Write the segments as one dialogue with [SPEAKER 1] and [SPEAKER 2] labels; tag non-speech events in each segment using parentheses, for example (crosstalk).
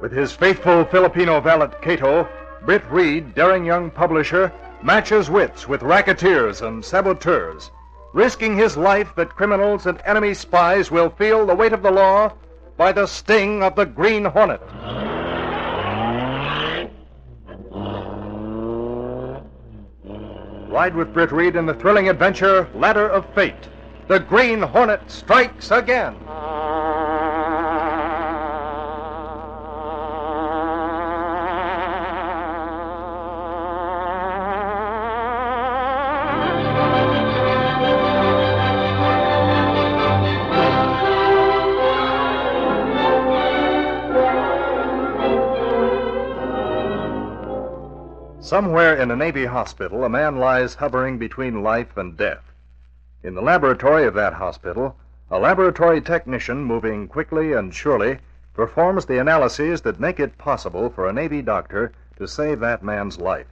[SPEAKER 1] With his faithful Filipino valet Cato, Britt Reed, daring young publisher, matches wits with racketeers and saboteurs, risking his life that criminals and enemy spies will feel the weight of the law by the sting of the Green Hornet. Ride with Britt Reed in the thrilling adventure Ladder of Fate. The Green Hornet strikes again. Somewhere in a Navy hospital, a man lies hovering between life and death. In the laboratory of that hospital, a laboratory technician moving quickly and surely performs the analyses that make it possible for a Navy doctor to save that man's life.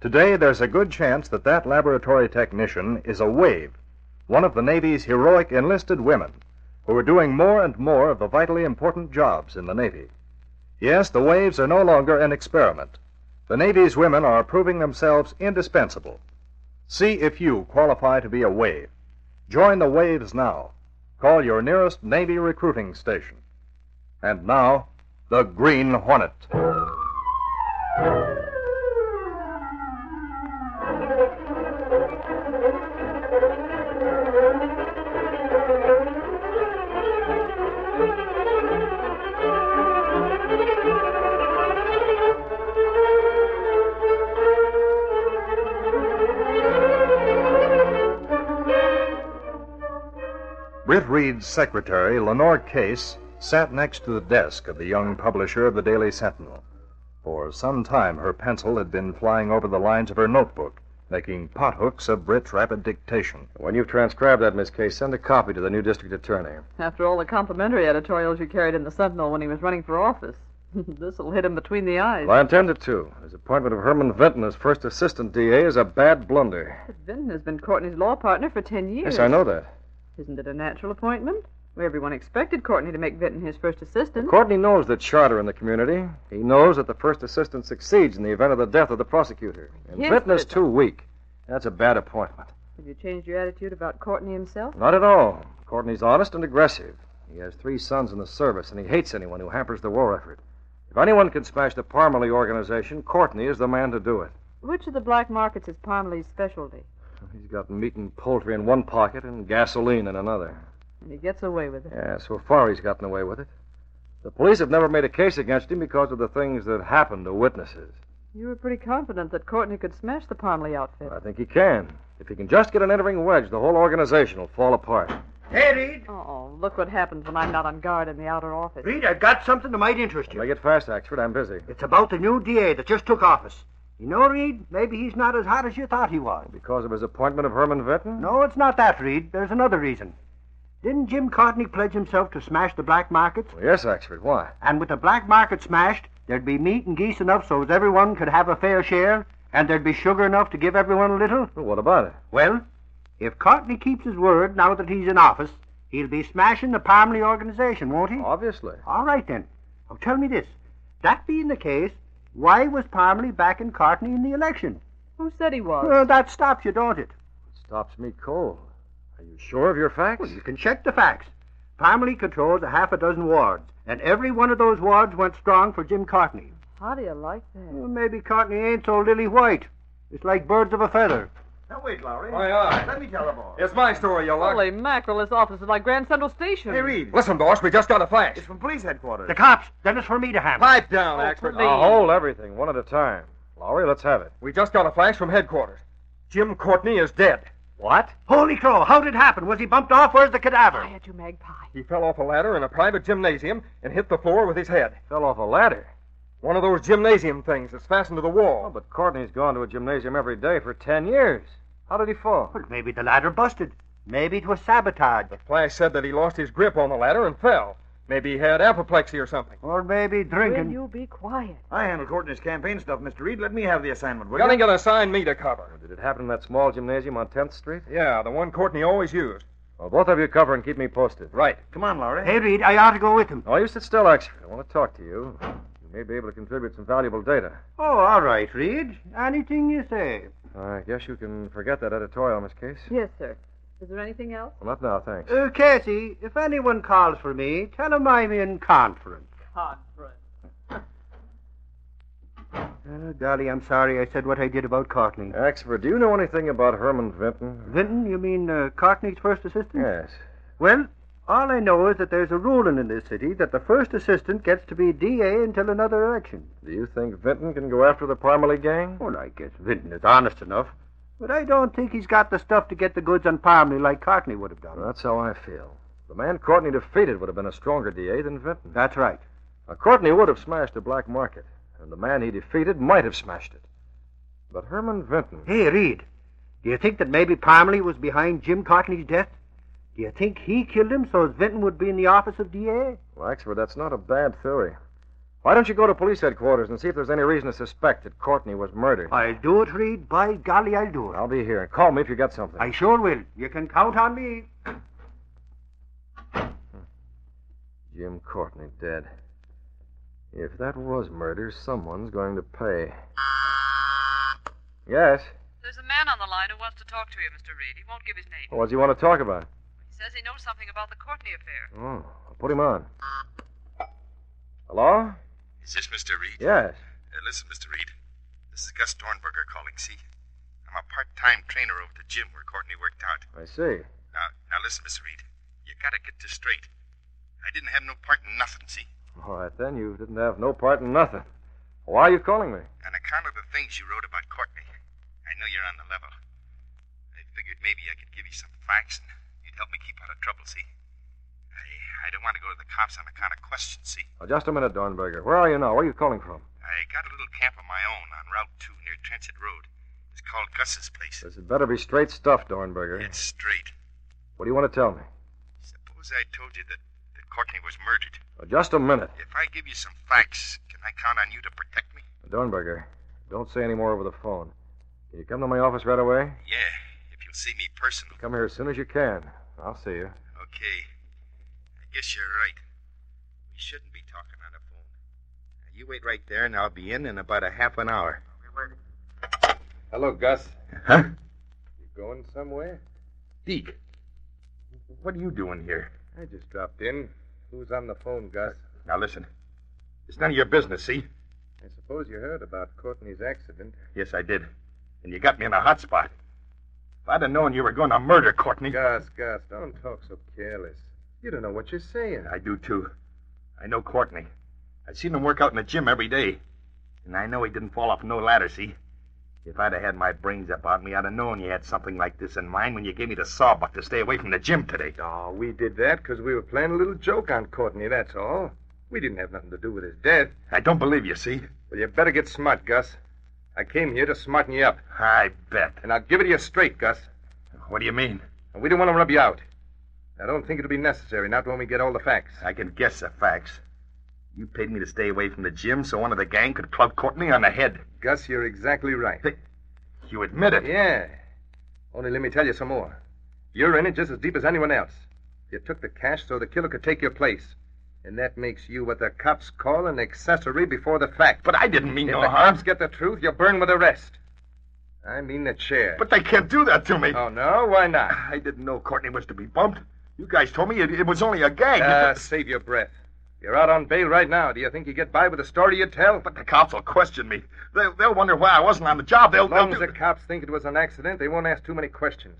[SPEAKER 1] Today, there's a good chance that that laboratory technician is a wave, one of the Navy's heroic enlisted women who are doing more and more of the vitally important jobs in the Navy. Yes, the waves are no longer an experiment. The Navy's women are proving themselves indispensable. See if you qualify to be a wave. Join the waves now. Call your nearest Navy recruiting station. And now, the Green Hornet. Britt Reed's secretary, Lenore Case, sat next to the desk of the young publisher of the Daily Sentinel. For some time, her pencil had been flying over the lines of her notebook, making pothooks of Britt's rapid dictation.
[SPEAKER 2] When you've transcribed that, Miss Case, send a copy to the new district attorney.
[SPEAKER 3] After all the complimentary editorials you carried in the Sentinel when he was running for office. (laughs) This'll hit him between the eyes.
[SPEAKER 2] Well, I intended to. His appointment of Herman Vinton as first assistant DA is a bad blunder.
[SPEAKER 3] Vinton has been Courtney's law partner for ten years.
[SPEAKER 2] Yes, I know that.
[SPEAKER 3] Isn't it a natural appointment? Everyone expected Courtney to make Vinton his first assistant.
[SPEAKER 2] Courtney knows the charter in the community. He knows that the first assistant succeeds in the event of the death of the prosecutor. And
[SPEAKER 3] Yes,
[SPEAKER 2] Vinton is
[SPEAKER 3] but-
[SPEAKER 2] too weak. That's a bad appointment.
[SPEAKER 3] Have you changed your attitude about Courtney himself?
[SPEAKER 2] Not at all. Courtney's honest and aggressive. He has three sons in the service, and he hates anyone who hampers the war effort. If anyone can smash the Parmalee organization, Courtney is the man to do it.
[SPEAKER 3] Which of the black markets is Parmalee's specialty?
[SPEAKER 2] He's got meat and poultry in one pocket and gasoline in another.
[SPEAKER 3] And he gets away with it.
[SPEAKER 2] Yeah, so far he's gotten away with it. The police have never made a case against him because of the things that happened to witnesses.
[SPEAKER 3] You were pretty confident that Courtney could smash the Parmalee outfit.
[SPEAKER 2] I think he can. If he can just get an entering wedge, the whole organization will fall apart.
[SPEAKER 4] Hey, Reed.
[SPEAKER 3] Oh, look what happens when I'm not on guard in the outer office.
[SPEAKER 4] Reed, I've got something that might interest you.
[SPEAKER 2] Make it fast, Axford. I'm busy.
[SPEAKER 4] It's about the new DA that just took office. You know, Reed, maybe he's not as hot as you thought he was.
[SPEAKER 2] Because of his appointment of Herman Vinton?
[SPEAKER 4] No, it's not that, Reed. There's another reason. Didn't Jim Courtney pledge himself to smash the black markets?
[SPEAKER 2] Well, yes, Axford. Why? (laughs)
[SPEAKER 4] And with the black market smashed, there'd be meat and geese enough so that everyone could have a fair share, and there'd be sugar enough to give everyone a little?
[SPEAKER 2] Well, what about it?
[SPEAKER 4] Well, if Courtney keeps his word now that he's in office, he'll be smashing the Parmley organization, won't he?
[SPEAKER 2] Obviously.
[SPEAKER 4] All right, then. Now tell me this. That being the case, why was Parmalee backing Courtney in the election?
[SPEAKER 3] Who said he was?
[SPEAKER 4] Well, that stops you, don't it?
[SPEAKER 2] It stops me cold. Are you sure of your facts?
[SPEAKER 4] Well, you can check the facts. Parmalee controls a half a dozen wards, and every one of those wards went strong for Jim Courtney.
[SPEAKER 3] How do you like that?
[SPEAKER 4] Well, maybe Courtney ain't so lily white. It's like birds of a feather. Now, wait, Lowry.
[SPEAKER 2] Aye, aye.
[SPEAKER 4] Let me telephone.
[SPEAKER 2] It's my story,
[SPEAKER 1] uh,
[SPEAKER 2] you lot.
[SPEAKER 3] Holy mackerel, this office is like Grand Central Station.
[SPEAKER 4] Hey, Reed.
[SPEAKER 2] Listen, boss, we just got a flash.
[SPEAKER 4] It's from police headquarters.
[SPEAKER 5] The cops. Then it's for me to handle.
[SPEAKER 2] Pipe down,
[SPEAKER 3] Oh,
[SPEAKER 2] expert.
[SPEAKER 3] please.
[SPEAKER 2] Oh,
[SPEAKER 1] Now, hold everything, one at a time. Lowry, let's have it.
[SPEAKER 2] we just got a flash from headquarters. Jim Courtney is dead.
[SPEAKER 1] What?
[SPEAKER 5] Holy crow! How did it happen? Was he bumped off? Where's the cadaver?
[SPEAKER 3] Quiet, you magpie.
[SPEAKER 2] He fell off a ladder in a private gymnasium and hit the floor with his head.
[SPEAKER 1] Fell off a ladder.
[SPEAKER 2] One of those gymnasium things that's fastened to the
[SPEAKER 1] Oh,
[SPEAKER 2] wall.
[SPEAKER 1] but Courtney's gone to a gymnasium every day for ten years. How did he fall?
[SPEAKER 5] Well, maybe the ladder busted. Maybe it was sabotage.
[SPEAKER 2] The flash said that he lost his grip on the ladder and fell. Maybe he had apoplexy or something.
[SPEAKER 4] Or maybe
[SPEAKER 3] Will
[SPEAKER 4] drinking.
[SPEAKER 3] you be quiet?
[SPEAKER 5] I handle Courtney's campaign stuff, Mr. Reed. Let me have the assignment, will
[SPEAKER 2] Gunning gonna assign me to cover.
[SPEAKER 1] Did it happen in that small gymnasium on 10th Street?
[SPEAKER 2] Yeah, the one Courtney always used.
[SPEAKER 1] Well, both of you cover and keep me posted.
[SPEAKER 2] Right.
[SPEAKER 5] Come on, Lowry.
[SPEAKER 4] Hey, Reed, I ought to go with him.
[SPEAKER 1] Oh, you sit still, Axford. I want to talk to you. You may be able to contribute some valuable data.
[SPEAKER 4] Oh, all right, Reed. Anything you say.
[SPEAKER 1] I guess you can forget that editorial, Miss Case.
[SPEAKER 3] Yes, sir. Is there anything else?
[SPEAKER 1] Well, not now, thanks.
[SPEAKER 4] Uh, Casey, if anyone calls for me, tell him I'm in conference.
[SPEAKER 3] Conference.
[SPEAKER 4] Oh, golly, I'm sorry I said what I did about Courtney.
[SPEAKER 1] Axford, do you know anything about Herman Vinton?
[SPEAKER 4] Uh, Vinton, you mean uh, Cockney's first assistant?
[SPEAKER 1] Yes.
[SPEAKER 4] Well, all I know is that there's a ruling in this city that the first assistant gets to be DA until another election.
[SPEAKER 1] Do you think Vinton can go after the Parmalee gang?
[SPEAKER 4] Well, I guess Vinton is honest enough, but I don't think he's got the stuff to get the goods on Parmley like Cockney would have done.
[SPEAKER 1] That's how I feel. The man Courtney defeated would have been a stronger DA than Vinton.
[SPEAKER 4] That's right.
[SPEAKER 1] Now, Courtney would have smashed the black market, and the man he defeated might have smashed it. But Herman Vinton.
[SPEAKER 4] Hey, Reed, do you think that maybe Parmley was behind Jim Cockney's death? Do you think he killed him so as Vinton would be in the office of DA?
[SPEAKER 1] Well, Axford, that's not a bad theory. Why don't you go to police headquarters and see if there's any reason to suspect that Courtney was murdered?
[SPEAKER 4] I'll do it, Reed. By golly, I'll do it.
[SPEAKER 1] I'll be here. and Call me if you got something.
[SPEAKER 4] I sure will. You can count on me.
[SPEAKER 1] Jim Courtney dead. If that was murder, someone's going to pay. Yes.
[SPEAKER 3] There's a man on the line who wants to talk to you, Mr. Reed. He won't give his name.
[SPEAKER 1] What do you want to talk about?
[SPEAKER 3] He says he knows something about the Courtney affair.
[SPEAKER 1] Oh, I'll put him on. Hello?
[SPEAKER 6] Is this Mr. Reed?
[SPEAKER 1] Yes.
[SPEAKER 6] Uh, listen, Mr. Reed. This is Gus Dornberger calling, see? I'm a part time trainer over at the gym where Courtney worked out.
[SPEAKER 1] I see.
[SPEAKER 6] Now, now listen, Mr. Reed. You gotta get this straight. I didn't have no part in nothing, see?
[SPEAKER 1] All right, then. You didn't have no part in nothing. Why are you calling me?
[SPEAKER 6] On account of the things you wrote about Courtney, I know you're on the level. I figured maybe I could give you some facts and you'd help me keep out of trouble, see? I, I don't want to go to the cops on account of questions, see?
[SPEAKER 1] Now, Oh, just a minute, Dornberger. Where are you now? Where are you calling from?
[SPEAKER 6] I got a little camp of my own on Route 2 near Transit Road. It's called Gus's place.
[SPEAKER 1] This had better be straight stuff, Dornberger.
[SPEAKER 6] It's straight.
[SPEAKER 1] What do you want to tell me?
[SPEAKER 6] Suppose I told you that, that Courtney was murdered.
[SPEAKER 1] Now, Oh, just a minute.
[SPEAKER 6] If I give you some facts, can I count on you to protect me?
[SPEAKER 1] Dornberger, don't say any more over the phone. Can you come to my office right away?
[SPEAKER 6] Yeah, if you'll see me personal.
[SPEAKER 1] Come here as soon as you can. I'll see you.
[SPEAKER 6] Okay. I guess you're right. We shouldn't be talking on the phone. Now, you wait right there, and I'll be in in about a half an hour.
[SPEAKER 1] Hello, Gus.
[SPEAKER 6] Huh?
[SPEAKER 1] You going somewhere?
[SPEAKER 6] Deke, what are you doing here?
[SPEAKER 1] I just dropped in. Who's on the phone, Gus?
[SPEAKER 6] Now listen. It's none of your business, see?
[SPEAKER 1] I suppose you heard about Courtney's accident.
[SPEAKER 6] Yes, I did. And you got me in a hot spot. If I'd have known you were going to murder Courtney.
[SPEAKER 1] Gus, Gus, don't talk so careless. You don't know what you're saying.
[SPEAKER 6] I do too. I know Courtney. I've seen him work out in the gym every day. And I know he didn't fall off no ladder, see? If I'd have had my brains about me, I'd have known you had something like this in mind when you gave me the sawbuck to stay away from the gym today.
[SPEAKER 1] Oh, we did that because we were playing a little joke on Courtney, that's all. We didn't have nothing to do with his death.
[SPEAKER 6] I don't believe you, see?
[SPEAKER 1] Well, you better get smart, Gus. I came here to smarten you up,
[SPEAKER 6] I bet.
[SPEAKER 1] and I'll give it to you straight, Gus.
[SPEAKER 6] What do you mean?
[SPEAKER 1] And we don't want to rub you out. I don't think it'll be necessary, not when we get all the facts.
[SPEAKER 6] I can guess the facts. You paid me to stay away from the gym so one of the gang could club Courtney on the head.
[SPEAKER 1] Gus, you're exactly right. (laughs)
[SPEAKER 6] You admit it.
[SPEAKER 1] Yeah. Only let me tell you some more. You're in it just as deep as anyone else. You took the cash so the killer could take your place. And that makes you what the cops call an accessory before the fact.
[SPEAKER 6] But I didn't mean
[SPEAKER 1] if
[SPEAKER 6] no
[SPEAKER 1] the
[SPEAKER 6] harm.
[SPEAKER 1] cops get the truth, you burn with the rest. I mean the chair.
[SPEAKER 6] But they can't do that to me.
[SPEAKER 1] Oh, no? Why
[SPEAKER 6] (sighs)
[SPEAKER 1] not?
[SPEAKER 6] I didn't know Courtney was to be bumped. You guys told me it, it was only a gag.
[SPEAKER 1] Uh, Ah, save your breath. You're out on bail right now. Do you think you get by with the story you tell?
[SPEAKER 6] But the cops will question me. They'll, they'll wonder why I wasn't on the job. They'll.
[SPEAKER 1] As long
[SPEAKER 6] they'll
[SPEAKER 1] as
[SPEAKER 6] do-
[SPEAKER 1] the cops think it was an accident, they won't ask too many questions.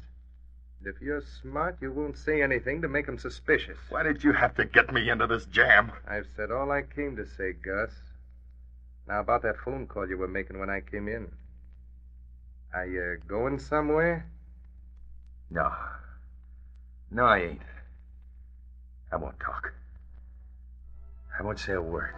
[SPEAKER 1] And if you're smart, you won't say anything to make them suspicious.
[SPEAKER 6] Why did you have to get me into this jam?
[SPEAKER 1] I've said all I came to say, Gus. Now, about that phone call you were making when I came in. Are you going somewhere?
[SPEAKER 6] No. No, I ain't. I won't talk. I won't say a word.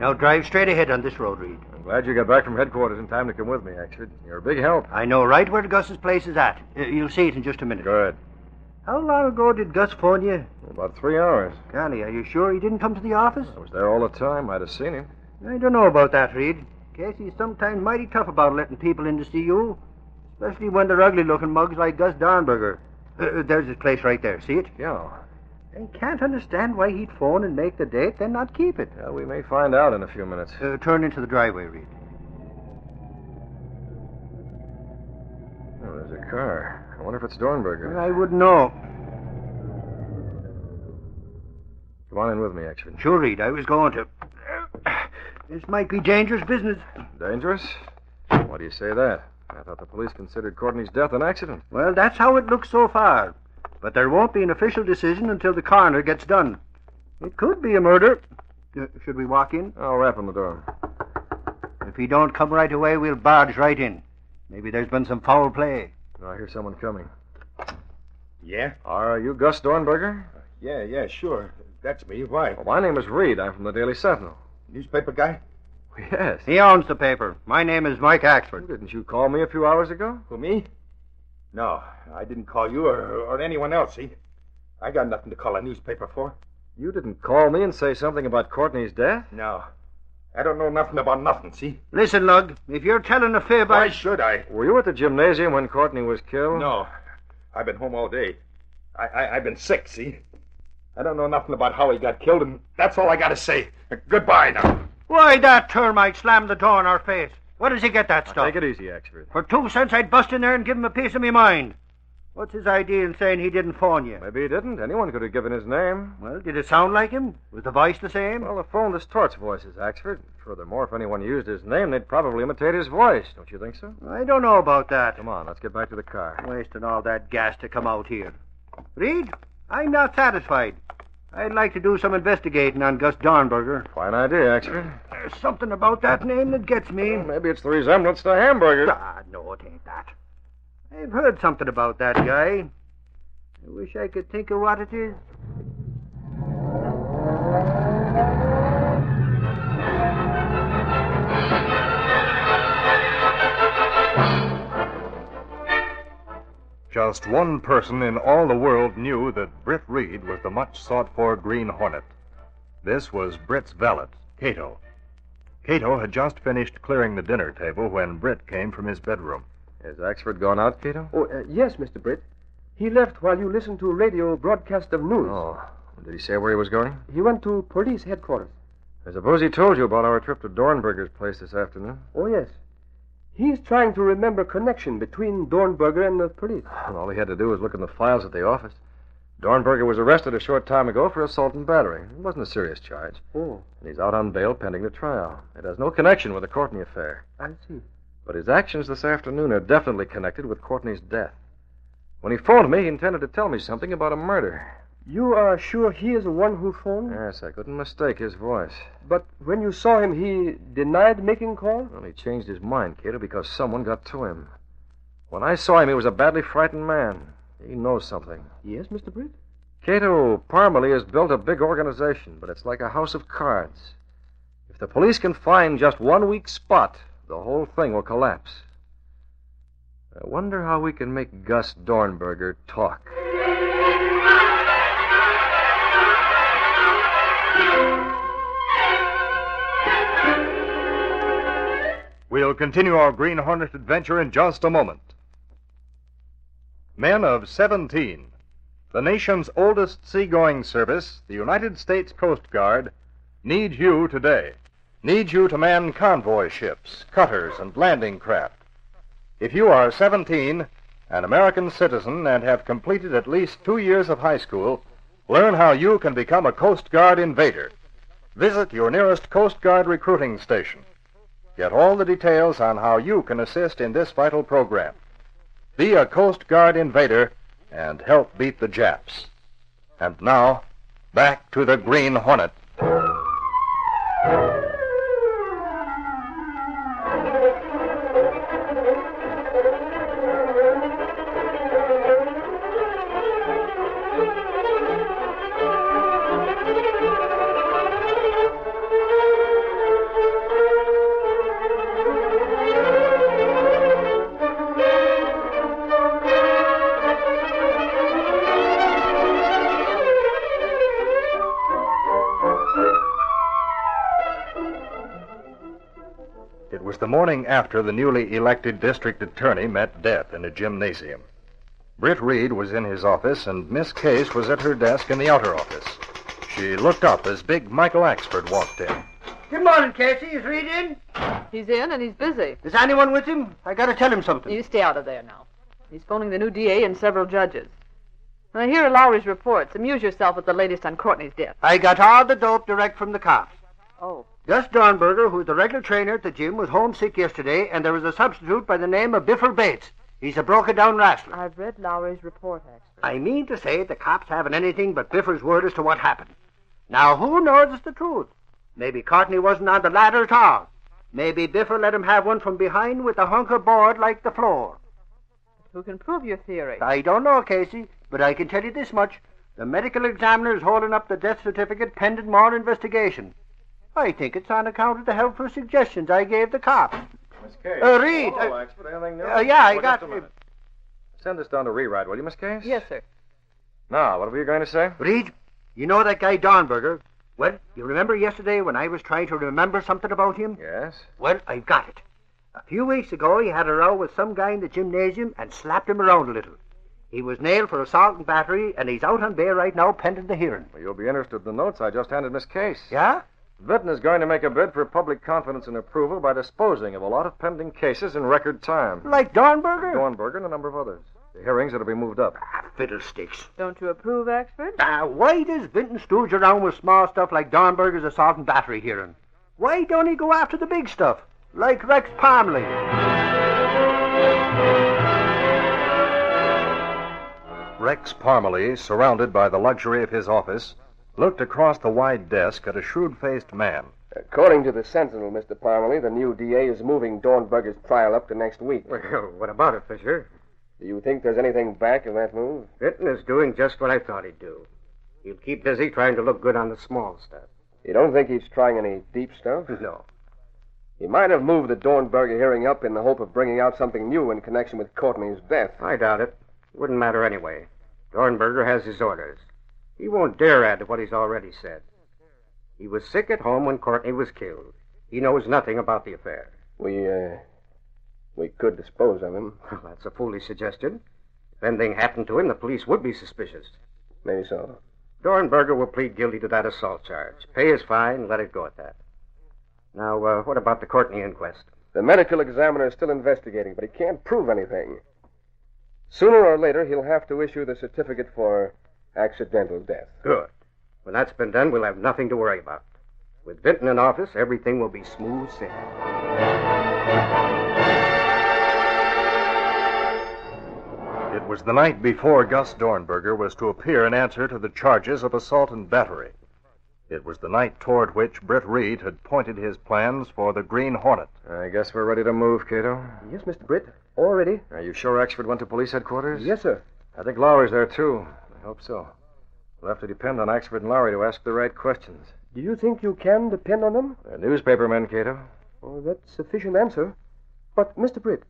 [SPEAKER 4] Now drive straight ahead on this road, Reed.
[SPEAKER 1] I'm glad you got back from headquarters in time to come with me, Axford. You're a big help.
[SPEAKER 4] I know right where Gus's place is at. Uh, You'll see it in just a minute.
[SPEAKER 1] Good.
[SPEAKER 4] How long ago did Gus phone you?
[SPEAKER 1] About three hours.
[SPEAKER 4] Golly, are you sure he didn't come to the office?
[SPEAKER 1] I was there all the time. I'd have seen him.
[SPEAKER 4] I don't know about that, Reed. Casey's sometimes mighty tough about letting people in to see you, especially when they're ugly looking mugs like Gus Darnberger. Uh, uh, there's his place right there. See it?
[SPEAKER 1] Yeah.
[SPEAKER 4] I can't understand why he'd phone and make the date, then not keep it.
[SPEAKER 1] Well, we may find out in a few minutes.
[SPEAKER 4] Uh, turn into the driveway, Reed.
[SPEAKER 1] Oh, there's a car. I wonder if it's Dornberger.
[SPEAKER 4] I wouldn't know.
[SPEAKER 1] Come on in with me, Axford.
[SPEAKER 4] Sure, Reed, I was going to. (coughs) This might be dangerous business.
[SPEAKER 1] Dangerous? Why do you say that? I thought the police considered Courtney's death an accident.
[SPEAKER 4] Well, that's how it looks so far. But there won't be an official decision until the coroner gets done. It could be a murder. Uh, should we walk in?
[SPEAKER 1] I'll rap on the door.
[SPEAKER 4] If he don't come right away, we'll barge right in. Maybe there's been some foul play.
[SPEAKER 1] I hear someone coming.
[SPEAKER 6] Yeah?
[SPEAKER 1] Are you Gus Dornberger?
[SPEAKER 6] Yeah, yeah, sure. That's me. Why?
[SPEAKER 1] Well, my name is Reed. I'm from the Daily Sentinel.
[SPEAKER 6] Newspaper guy?
[SPEAKER 1] (laughs) Yes.
[SPEAKER 4] He owns the paper. My name is Mike Axford.
[SPEAKER 1] Didn't you call me a few hours ago?
[SPEAKER 6] Who, me? No, I didn't call you or, or anyone else, see? I got nothing to call a newspaper for.
[SPEAKER 1] You didn't call me and say something about Courtney's death?
[SPEAKER 6] No. I don't know nothing about nothing, see?
[SPEAKER 4] Listen, Lug, if you're telling a fib,
[SPEAKER 6] Why
[SPEAKER 4] I.
[SPEAKER 6] Mm. should I?
[SPEAKER 1] Were you at the gymnasium when Courtney was killed?
[SPEAKER 6] No. I've been home all day. I, I, I've been sick, see? I don't know nothing about how he got killed, and that's all I gotta say. Goodbye now.
[SPEAKER 4] Why that termite slammed the door in our face? Where does he get that stuff?
[SPEAKER 1] Take it easy, Axford.
[SPEAKER 4] For two cents, I'd bust in there and give him a piece of me mind. What's his idea in saying he didn't phone you?
[SPEAKER 1] Maybe he didn't. Anyone could have given his name.
[SPEAKER 4] Well, did it sound like him? Was the voice the same?
[SPEAKER 1] Well, the phone distorts voices, Axford. Furthermore, if anyone used his name, they'd probably imitate his voice. Don't you think so?
[SPEAKER 4] I don't know about that.
[SPEAKER 1] Come on, let's get back to the car.
[SPEAKER 4] Wasting all that gas to come out here. Reed, I'm not satisfied. I'd like to do some investigating on Gus Darnberger.
[SPEAKER 1] Fine idea, Axford.
[SPEAKER 4] There's something about that name that gets me.
[SPEAKER 1] Maybe it's the resemblance to hamburger.
[SPEAKER 4] Oh, Ah, no, it ain't that. I've heard something about that guy. I wish I could think of what it is.
[SPEAKER 1] Just one person in all the world knew that Britt Reed was the much sought for Green Hornet. This was Britt's valet, Cato. Cato had just finished clearing the dinner table when Britt came from his bedroom. Has Axford gone out, Cato?
[SPEAKER 7] Oh, uh, yes, Mr. Britt. He left while you listened to a radio broadcast of news.
[SPEAKER 1] Oh. Did he say where he was going?
[SPEAKER 7] He went to police headquarters.
[SPEAKER 1] I suppose he told you about our trip to Dornberger's place this afternoon.
[SPEAKER 7] Oh, yes. He's trying to remember connection between Dornberger and the police.
[SPEAKER 1] And all he had to do was look in the files at the office. Dornberger was arrested a short time ago for assault and battery. It wasn't a serious charge.
[SPEAKER 7] Oh,
[SPEAKER 1] And he's out on bail pending the trial. It has no connection with the Courtney affair.
[SPEAKER 7] I see.
[SPEAKER 1] But his actions this afternoon are definitely connected with Courtney's death. When he phoned me, he intended to tell me something about a murder.
[SPEAKER 7] You are sure he is the one who phoned?
[SPEAKER 1] Yes, I couldn't mistake his voice.
[SPEAKER 7] But when you saw him, he denied making call?
[SPEAKER 1] Well, he changed his mind, Cato, because someone got to him. When I saw him, he was a badly frightened man. He knows something.
[SPEAKER 7] Yes, Mr. Britt.
[SPEAKER 1] Cato, Parmalee has built a big organization, but it's like a house of cards. If the police can find just one weak spot, the whole thing will collapse. I wonder how we can make Gus Dornberger talk. We'll continue our Green Hornet adventure in just a moment. Men of 17. The nation's oldest seagoing service, the United States Coast Guard, needs you today.
[SPEAKER 6] needs you to man convoy ships, cutters, and landing craft. If you are 17, an American citizen, and have completed at least two years of high school, learn how you can become a Coast Guard invader. Visit your nearest Coast Guard recruiting station. Get all the details on how you can assist in this vital program. Be a Coast Guard invader and help beat the Japs. And now, back to the Green Hornet. It was the morning after the newly elected district attorney met Death in a gymnasium. Britt Reed was in his office, and Miss Case was at her desk in the outer office. She looked up as big Michael Axford walked in.
[SPEAKER 4] Good morning, Casey. Is Reed in?
[SPEAKER 3] He's in and he's busy.
[SPEAKER 4] Is anyone with him? I gotta tell him something.
[SPEAKER 3] You stay out of there now. He's phoning the new DA and several judges. Now, here are Lowry's reports. Amuse yourself with the latest on Courtney's death.
[SPEAKER 4] I got all the dope direct from the cops.
[SPEAKER 3] Oh.
[SPEAKER 4] Gus Dornberger, who's the regular trainer at the gym, was homesick yesterday, and there was a substitute by the name of Biffer Bates. He's a broken down wrestler.
[SPEAKER 3] I've read Lowry's report, actually.
[SPEAKER 4] I mean to say the cops haven't anything but Biffer's word as to what happened. Now, who knows the truth? Maybe Courtney wasn't on the ladder at all. Maybe Biffer let him have one from behind with a hunk of board like the floor.
[SPEAKER 3] Who can prove your theory?
[SPEAKER 4] I don't know, Casey, but I can tell you this much. The medical examiner is holding up the death certificate pending more investigation. I think it's on account of the helpful suggestions I gave the cops.
[SPEAKER 8] Miss Case.
[SPEAKER 4] Uh, Reed,
[SPEAKER 8] Hello,
[SPEAKER 4] uh,
[SPEAKER 8] Axford. Anything new?
[SPEAKER 4] uh, yeah, I
[SPEAKER 8] Wait
[SPEAKER 4] got-
[SPEAKER 8] Just a minute. Send this down to rewrite, will you, Miss Case?
[SPEAKER 3] Yes, sir.
[SPEAKER 8] Now, what were you going to say?
[SPEAKER 4] Reed, you know that guy Donberger? Well, you remember yesterday when I was trying to remember something about him?
[SPEAKER 8] Yes.
[SPEAKER 4] Well, I've got it. A few weeks ago, he had a row with some guy in the gymnasium and slapped him around a little. He was nailed for assault and battery, and he's out on bail right now pending the hearing.
[SPEAKER 8] Well, you'll be interested in the notes I just handed Miss Case.
[SPEAKER 4] Yeah?
[SPEAKER 8] Vinton is going to make a bid for public confidence and approval by disposing of a lot of pending cases in record
[SPEAKER 6] Hmm.
[SPEAKER 8] time.
[SPEAKER 4] Like Donberger?
[SPEAKER 8] Dornberger and a number of others. The hearings that'll be moved up.
[SPEAKER 4] Ah, fiddlesticks.
[SPEAKER 3] Don't you approve, Axford?
[SPEAKER 4] Ah, why does Vinton stooge around with small stuff like Donberger's assault and battery hearing? Why don't he go after the big stuff? Like Rex Parmley.
[SPEAKER 6] Rex Parmalee, surrounded by the luxury of his office, looked across the wide desk at a shrewd faced man.
[SPEAKER 9] According to the Sentinel, Mr. Parmalee, the new DA is moving Dornberger's trial up to next week.
[SPEAKER 4] Well, what about it, Fisher?
[SPEAKER 9] Do you think there's anything back of that move?
[SPEAKER 4] Vinton is doing just what I thought he'd do. He'll keep busy trying to look good on the small stuff.
[SPEAKER 9] You don't think he's trying any deep stuff?
[SPEAKER 4] (laughs) No.
[SPEAKER 9] He might have moved the Dornberger hearing up in the hope of bringing out something new in connection with Courtney's death.
[SPEAKER 4] I doubt it. Wouldn't matter anyway. Dornberger has his orders. He won't dare add to what he's already said. He was sick at home when Courtney was killed. He knows nothing about the affair.
[SPEAKER 9] We, uh, we could dispose of him.
[SPEAKER 4] Well, that's a foolish suggestion. If anything happened to him, the police would be suspicious.
[SPEAKER 9] Maybe so.
[SPEAKER 4] Dornberger will plead guilty to that assault charge, pay his fine, and let it go at that. Now, uh, what about the Courtney inquest?
[SPEAKER 9] The medical examiner is still investigating, but he can't prove anything. Sooner or later, he'll have to issue the certificate for accidental death.
[SPEAKER 4] Good. When that's been done, we'll have nothing to worry about. With Vinton in office, everything will be smooth sailing.
[SPEAKER 6] It was the night before Gus Dornberger was to appear in answer to the charges of assault and battery. It was the night toward which Britt Reed had pointed his plans for the Green Hornet.
[SPEAKER 8] I guess we're ready to move, Cato.
[SPEAKER 9] Yes, Mr. Britt. Already?
[SPEAKER 8] Are you sure Axford went to police headquarters?
[SPEAKER 9] sir.
[SPEAKER 8] I think Lowry's there, too. I hope so. We'll have to depend on Axford and Lowry to ask the right questions.
[SPEAKER 9] Do you think you can depend on them?
[SPEAKER 8] They're newspapermen, Cato.
[SPEAKER 9] Oh, that's sufficient answer. But, Mr. Britt,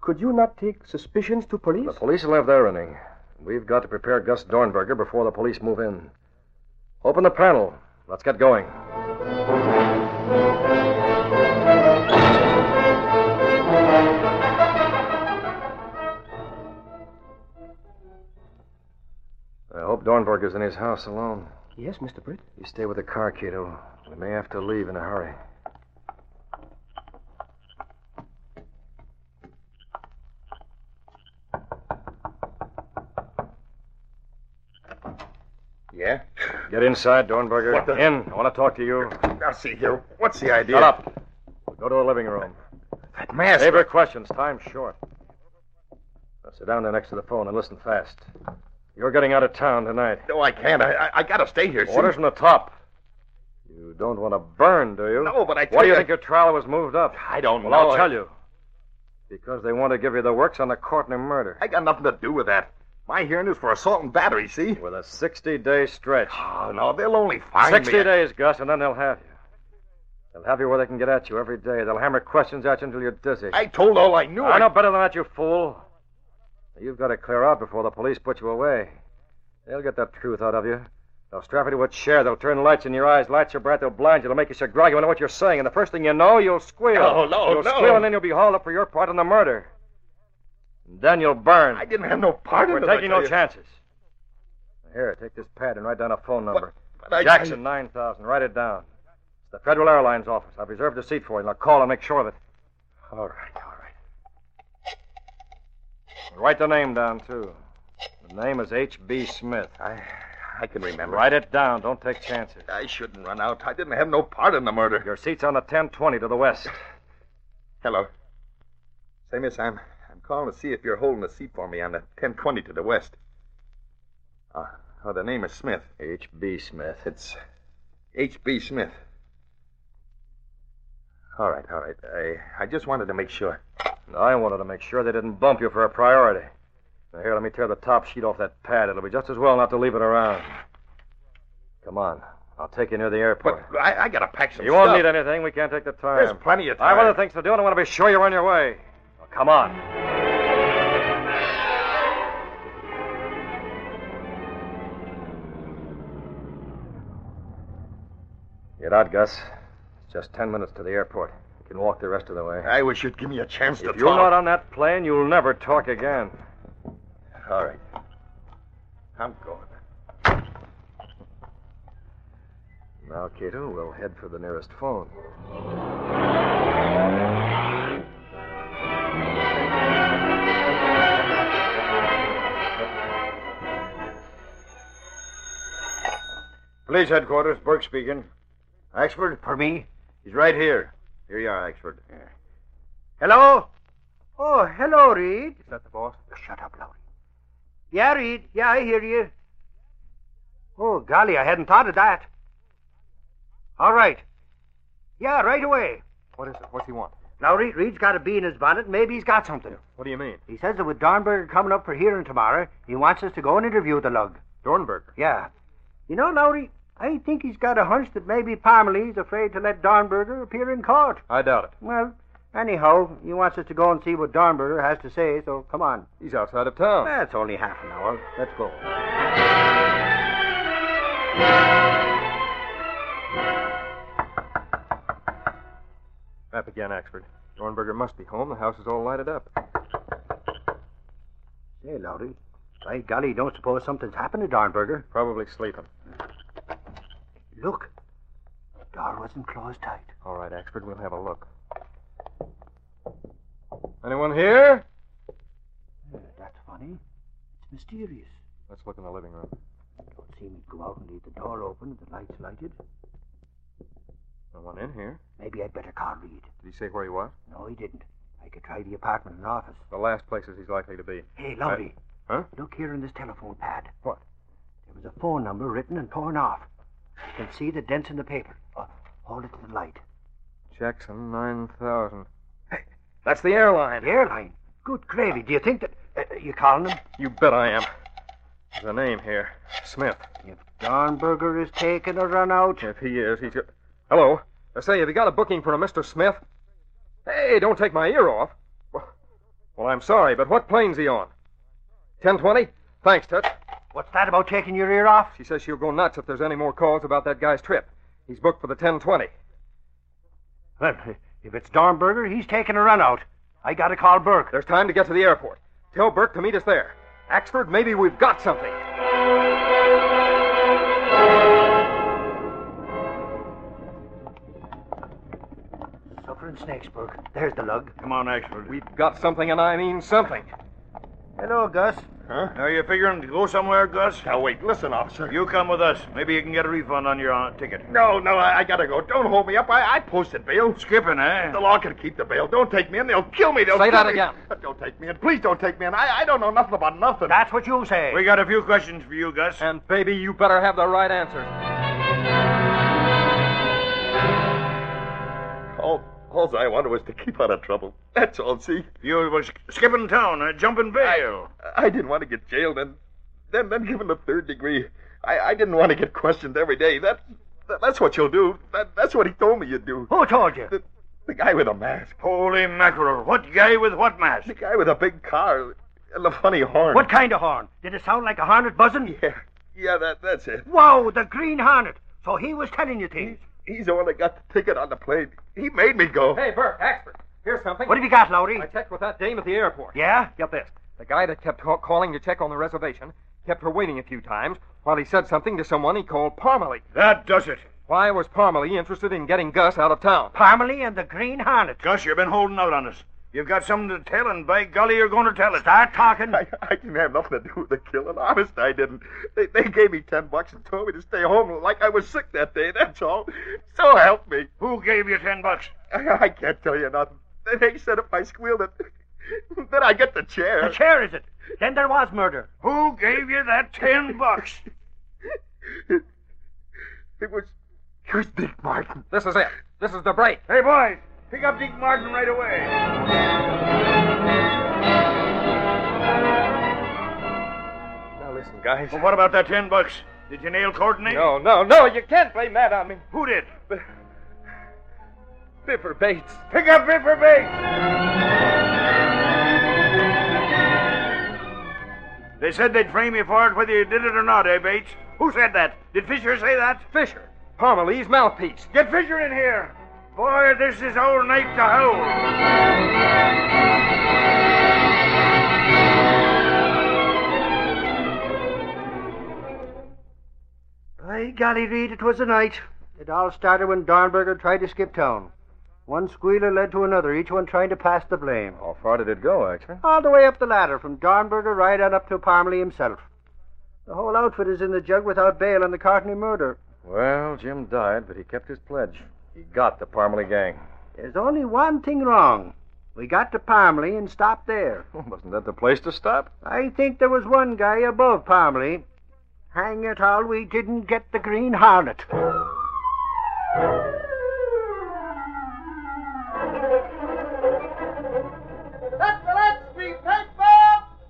[SPEAKER 9] could you not take suspicions to police?
[SPEAKER 8] The police will have their running. We've got to prepare Gus Dornberger before the police move in. Open the panel. Let's get going. I hope Dornberger's in his house alone.
[SPEAKER 9] Yes, Mr. Britt.
[SPEAKER 8] You stay with the car, Cato. We may have to leave in a hurry.
[SPEAKER 6] Yeah?
[SPEAKER 4] Get inside, Dornberger.
[SPEAKER 6] What the-
[SPEAKER 4] In. I want to talk to you.
[SPEAKER 6] Now, see here. What's the idea?
[SPEAKER 4] Shut up. Go to the living room.
[SPEAKER 6] That mask.
[SPEAKER 4] Save your questions. Time's short. Now sit down there next to the phone and listen fast. You're getting out of town tonight.
[SPEAKER 6] No, I can't. I, I, I gotta stay here. see?
[SPEAKER 4] Orders from the top. You don't want to burn, do you?
[SPEAKER 6] No, but I tell
[SPEAKER 4] Why do you
[SPEAKER 6] you-
[SPEAKER 4] think your trial was moved up?
[SPEAKER 6] I don't
[SPEAKER 4] Well,
[SPEAKER 6] know.
[SPEAKER 4] I'll tell you. Because they want to give you the works on the Courtney murder.
[SPEAKER 6] I got nothing to do with that. My hearing is for assault and battery, see?
[SPEAKER 4] With a 60 day stretch.
[SPEAKER 6] Oh, no, they'll only find
[SPEAKER 4] 60
[SPEAKER 6] me.
[SPEAKER 4] days, Gus, and then they'll have you. They'll have you where they can get at you every day. They'll hammer questions at you until you're dizzy.
[SPEAKER 6] I told all I knew.
[SPEAKER 4] I know better than that, you fool. You've got to clear out before the police put you away. They'll get that truth out of you. They'll strap you to a chair. They'll turn lights in your eyes, lights your bright. They'll blind you. They'll make you so groggy you won't know what you're saying. And the first thing you know, you'll squeal.
[SPEAKER 6] No, Oh, no,
[SPEAKER 4] you'll
[SPEAKER 6] no.
[SPEAKER 4] squeal, and then you'll be hauled up for your part in the murder. And then you'll burn.
[SPEAKER 6] I didn't have no part
[SPEAKER 4] We're
[SPEAKER 6] in it. I
[SPEAKER 4] taking
[SPEAKER 6] tell
[SPEAKER 4] no
[SPEAKER 6] you.
[SPEAKER 4] chances. Here, take this pad and write down a phone number.
[SPEAKER 6] But I-
[SPEAKER 4] Jackson, 9000. Write it down. It's the Federal Airlines office. I've reserved a seat for you, and I'll call and make sure of it.
[SPEAKER 6] All right, all right.
[SPEAKER 4] Write the name down, too. The name is H.B. Smith.
[SPEAKER 6] I, I can remember.
[SPEAKER 4] Write it down. Don't take chances.
[SPEAKER 6] I shouldn't run out. I didn't have no part in the murder.
[SPEAKER 4] Your seat's on the 1020 to the west.
[SPEAKER 6] Hello. Say, miss, I'm, I'm calling to see if you're holding a seat for me on the 1020 to the west. Uh, oh, the name is Smith.
[SPEAKER 4] H.B. Smith.
[SPEAKER 6] It's H.B. Smith. All right, all right. I, I just wanted to make sure.
[SPEAKER 4] And I wanted to make sure they didn't bump you for a priority. Now, here, let me tear the top sheet off that pad. It'll be just as well not to leave it around. Come on. I'll take you near the airport.
[SPEAKER 6] But I, I gotta pack some
[SPEAKER 4] you won't
[SPEAKER 6] stuff.
[SPEAKER 4] need anything. We can't take the time.
[SPEAKER 6] There's plenty of
[SPEAKER 4] I
[SPEAKER 6] time.
[SPEAKER 4] have other things to do, and I want to be sure you're on your way. Now, come on. Get out, Gus. It's just ten minutes to the airport. You can walk the rest of the way.
[SPEAKER 6] I wish you'd give me a chance to
[SPEAKER 4] if
[SPEAKER 6] talk.
[SPEAKER 4] you're not on that plane, you'll never talk again.
[SPEAKER 6] All right. I'm going.
[SPEAKER 4] Now, Cato, we'll head for the nearest phone. Police headquarters, Burke speaking.
[SPEAKER 10] Axford, for me?
[SPEAKER 4] He's right here. Here you are, Axford.
[SPEAKER 10] Hello?
[SPEAKER 11] Oh, hello, Reed.
[SPEAKER 10] Is that the boss?
[SPEAKER 11] Shut up, Lowry. Yeah, Reed. Yeah, I hear you. Oh, golly, I hadn't thought of that. All right. Yeah, right away.
[SPEAKER 10] What is it? What's he want?
[SPEAKER 11] Lowry, Reed's got a bee in his bonnet. Maybe he's got something.
[SPEAKER 4] What do you mean?
[SPEAKER 11] He says that with Darnberger coming up for hearing tomorrow, he wants us to go and interview the lug.
[SPEAKER 4] Dornberger.
[SPEAKER 11] Yeah. You know, Lowry, I think he's got a hunch that maybe Parmalee's afraid to let Darnberger appear in court.
[SPEAKER 4] I doubt it.
[SPEAKER 11] Well, anyhow, he wants us to go and see what Darnberger has to say, so come on.
[SPEAKER 4] He's outside of town.
[SPEAKER 11] That's only half an hour. Let's go.
[SPEAKER 4] Up again, Axford. Dornberger must be home. The house is all lighted up.
[SPEAKER 11] Hey, Lowry. By golly, you don't suppose something's happened to Darnberger?
[SPEAKER 4] Probably sleeping.
[SPEAKER 11] Look. The door wasn't closed tight.
[SPEAKER 4] All right, Axford, we'll have a look. Anyone here?
[SPEAKER 11] Uh, that's funny. It's mysterious.
[SPEAKER 4] Let's look in the living room.
[SPEAKER 11] Don't see me go out and leave the door open and the light's lighted.
[SPEAKER 4] No one in here.
[SPEAKER 11] Maybe I'd better call Reed.
[SPEAKER 4] Did he say where he was?
[SPEAKER 11] No, he didn't. I could try the apartment and office.
[SPEAKER 4] The last places he's likely to be.
[SPEAKER 11] Hey, Lowry.
[SPEAKER 4] Uh, huh?
[SPEAKER 11] Look here in this telephone pad.
[SPEAKER 4] What?
[SPEAKER 11] There was a phone number written and torn off. You can see the dents in the paper. Uh, hold it to the light.
[SPEAKER 4] Jackson, 9,000. That's the airline.
[SPEAKER 11] The airline. Good gravy. Do you think that. Uh, you calling them?
[SPEAKER 4] You bet I am. There's a name here Smith.
[SPEAKER 11] If Darnberger is taking a run out.
[SPEAKER 4] If he is, he's. Hello. I say, have you got a booking for a Mr. Smith? Hey, don't take my ear off. Well, I'm sorry, but what plane's he on? 1020? Thanks, Tut.
[SPEAKER 11] What's that about taking your ear off?
[SPEAKER 4] She says she'll go nuts if there's any more calls about that guy's trip. He's booked for the 1020.
[SPEAKER 11] Well, if it's Darnberger, he's taking a run out. I gotta call Burke.
[SPEAKER 4] There's time to get to the airport. Tell Burke to meet us there. Axford, maybe we've got something.
[SPEAKER 11] Suffering snakes, Burke. There's the lug.
[SPEAKER 10] Come on, Axford.
[SPEAKER 4] We've got something, and I mean something.
[SPEAKER 11] Hello, Gus.
[SPEAKER 6] Huh?
[SPEAKER 5] Now, you figure him to go somewhere, Gus?
[SPEAKER 6] Now, wait, listen, officer.
[SPEAKER 5] You come with us. Maybe you can get a refund on your uh, ticket.
[SPEAKER 6] No, no, I, I gotta go. Don't hold me up. I, I posted bail.
[SPEAKER 5] Skipping, eh?
[SPEAKER 6] The law can keep the bail. Don't take me in. They'll kill me. They'll
[SPEAKER 2] Say
[SPEAKER 6] kill
[SPEAKER 2] that
[SPEAKER 6] me.
[SPEAKER 2] again.
[SPEAKER 6] (laughs) Don't take me in. Please don't take me in. I, I don't know nothing about nothing.
[SPEAKER 4] That's what you say.
[SPEAKER 5] We got a few questions for you, Gus.
[SPEAKER 2] And, baby, you better have the right answer.
[SPEAKER 6] All, all I wanted was to keep out of trouble. That's all, see?
[SPEAKER 5] You was skipping town, uh, jumping bail.
[SPEAKER 6] I didn't want to get jailed and then then given the third degree. I, I didn't want to get questioned every day. That, that that's what you'll do. That, that's what he told me you'd do.
[SPEAKER 4] Who told you?
[SPEAKER 6] The, the guy with a mask. Oh,
[SPEAKER 5] Holy mackerel. What guy with what mask?
[SPEAKER 6] The guy with a big car and the funny horn.
[SPEAKER 4] What kind of horn? Did it sound like a hornet buzzing?
[SPEAKER 6] Yeah, yeah that, that's it.
[SPEAKER 4] Whoa, the green hornet. So he was telling you things.
[SPEAKER 6] He's the one that got the ticket on the plane. He made me go.
[SPEAKER 2] Hey, Bert, Axford, here's something.
[SPEAKER 4] What have you got, Lowry?
[SPEAKER 2] I checked with that dame at the airport.
[SPEAKER 4] Yeah?
[SPEAKER 2] Get this. The guy that kept ca- calling to check on the reservation kept her waiting a few times while he said something to someone he called Parmalee.
[SPEAKER 5] That does it.
[SPEAKER 2] Why was Parmalee interested in getting Gus out of town?
[SPEAKER 4] Parmalee and the green hornet.
[SPEAKER 5] Gus, you've been holding out on us. You've got something to tell, and by golly, you're going to tell it.
[SPEAKER 4] Start talking.
[SPEAKER 6] I, I didn't have nothing to do with the killing. Honest, I didn't. They, they gave me ten bucks and told me to stay home like I was sick that day. That's all. So help me.
[SPEAKER 5] Who gave you ten bucks?
[SPEAKER 6] I, I can't tell you nothing. They said if I squealed it, then I get the chair.
[SPEAKER 4] The chair is it. Then there was murder.
[SPEAKER 5] Who gave you that ten bucks?
[SPEAKER 6] It, it was, it was Dick Martin.
[SPEAKER 2] This is it. This is the break.
[SPEAKER 5] Hey, boys, pick up Dick Martin right away.
[SPEAKER 2] Now listen, guys.
[SPEAKER 5] Well, what about that ten bucks? Did you nail Courtney?
[SPEAKER 2] No, no, no, you can't blame that on me.
[SPEAKER 5] Who did?
[SPEAKER 2] Biffer Bates.
[SPEAKER 5] Pick up Biffer Bates. They said they'd frame you for it whether you did it or not, eh, Bates? Who said that? Did Fisher say that?
[SPEAKER 2] Fisher. Parmalee's mouthpiece.
[SPEAKER 5] Get Fisher in here. Boy, this is our night to howl.
[SPEAKER 4] By golly, Reed, it was a night. It all started when Darnberger tried to skip town. One squealer led to another, each one trying to pass the blame.
[SPEAKER 1] How far did it go, actually?
[SPEAKER 4] All the way up the ladder, from Darnberger right on up to Parmalee himself. The whole outfit is in the jug without bail on the Cartney murder.
[SPEAKER 1] Well, Jim died, but he kept his pledge. He got the Parmalee gang. (laughs)
[SPEAKER 4] There's only one thing wrong. We got to Parmalee and stopped there.
[SPEAKER 1] Wasn't that the place to stop?
[SPEAKER 4] I think there was one guy above Parmalee. Hang it all, we didn't get the Green Hornet.
[SPEAKER 12] That's the last street paper!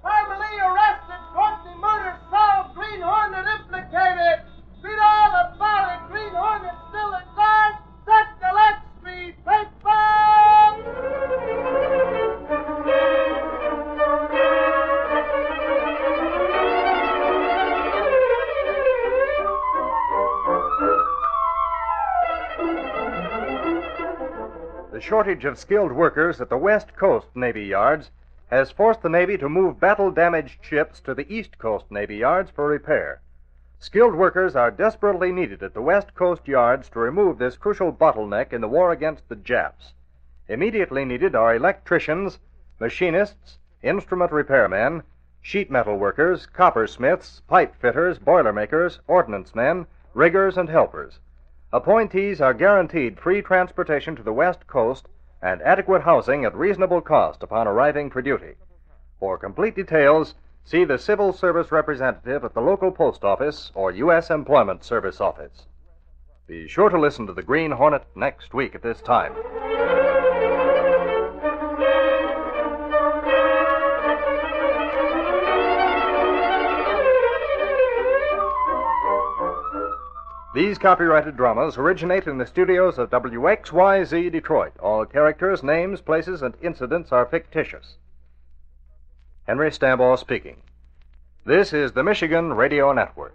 [SPEAKER 12] Harmony arrested, Courtney murder solved, Green Hornet implicated! Read all about it, Green Hornet still at large! That's the last street paper!
[SPEAKER 1] The shortage of skilled workers at the West Coast Navy Yards has forced the Navy to move battle damaged ships to the East Coast Navy Yards for repair. Skilled workers are desperately needed at the West Coast Yards to remove this crucial bottleneck in the war against the Japs. Immediately needed are electricians, machinists, instrument repairmen, sheet metal workers, coppersmiths, pipe fitters, boilermakers, ordnance men, riggers, and helpers. Appointees are guaranteed free transportation to the West Coast and adequate housing at reasonable cost upon arriving for duty. For complete details, see the Civil Service representative at the local post office or U.S. Employment Service office. Be sure to listen to the Green Hornet next week at this time. These copyrighted dramas originate in the studios of WXYZ Detroit. All characters, names, places, and incidents are fictitious. Henry Stambaugh speaking. This is the Michigan Radio Network.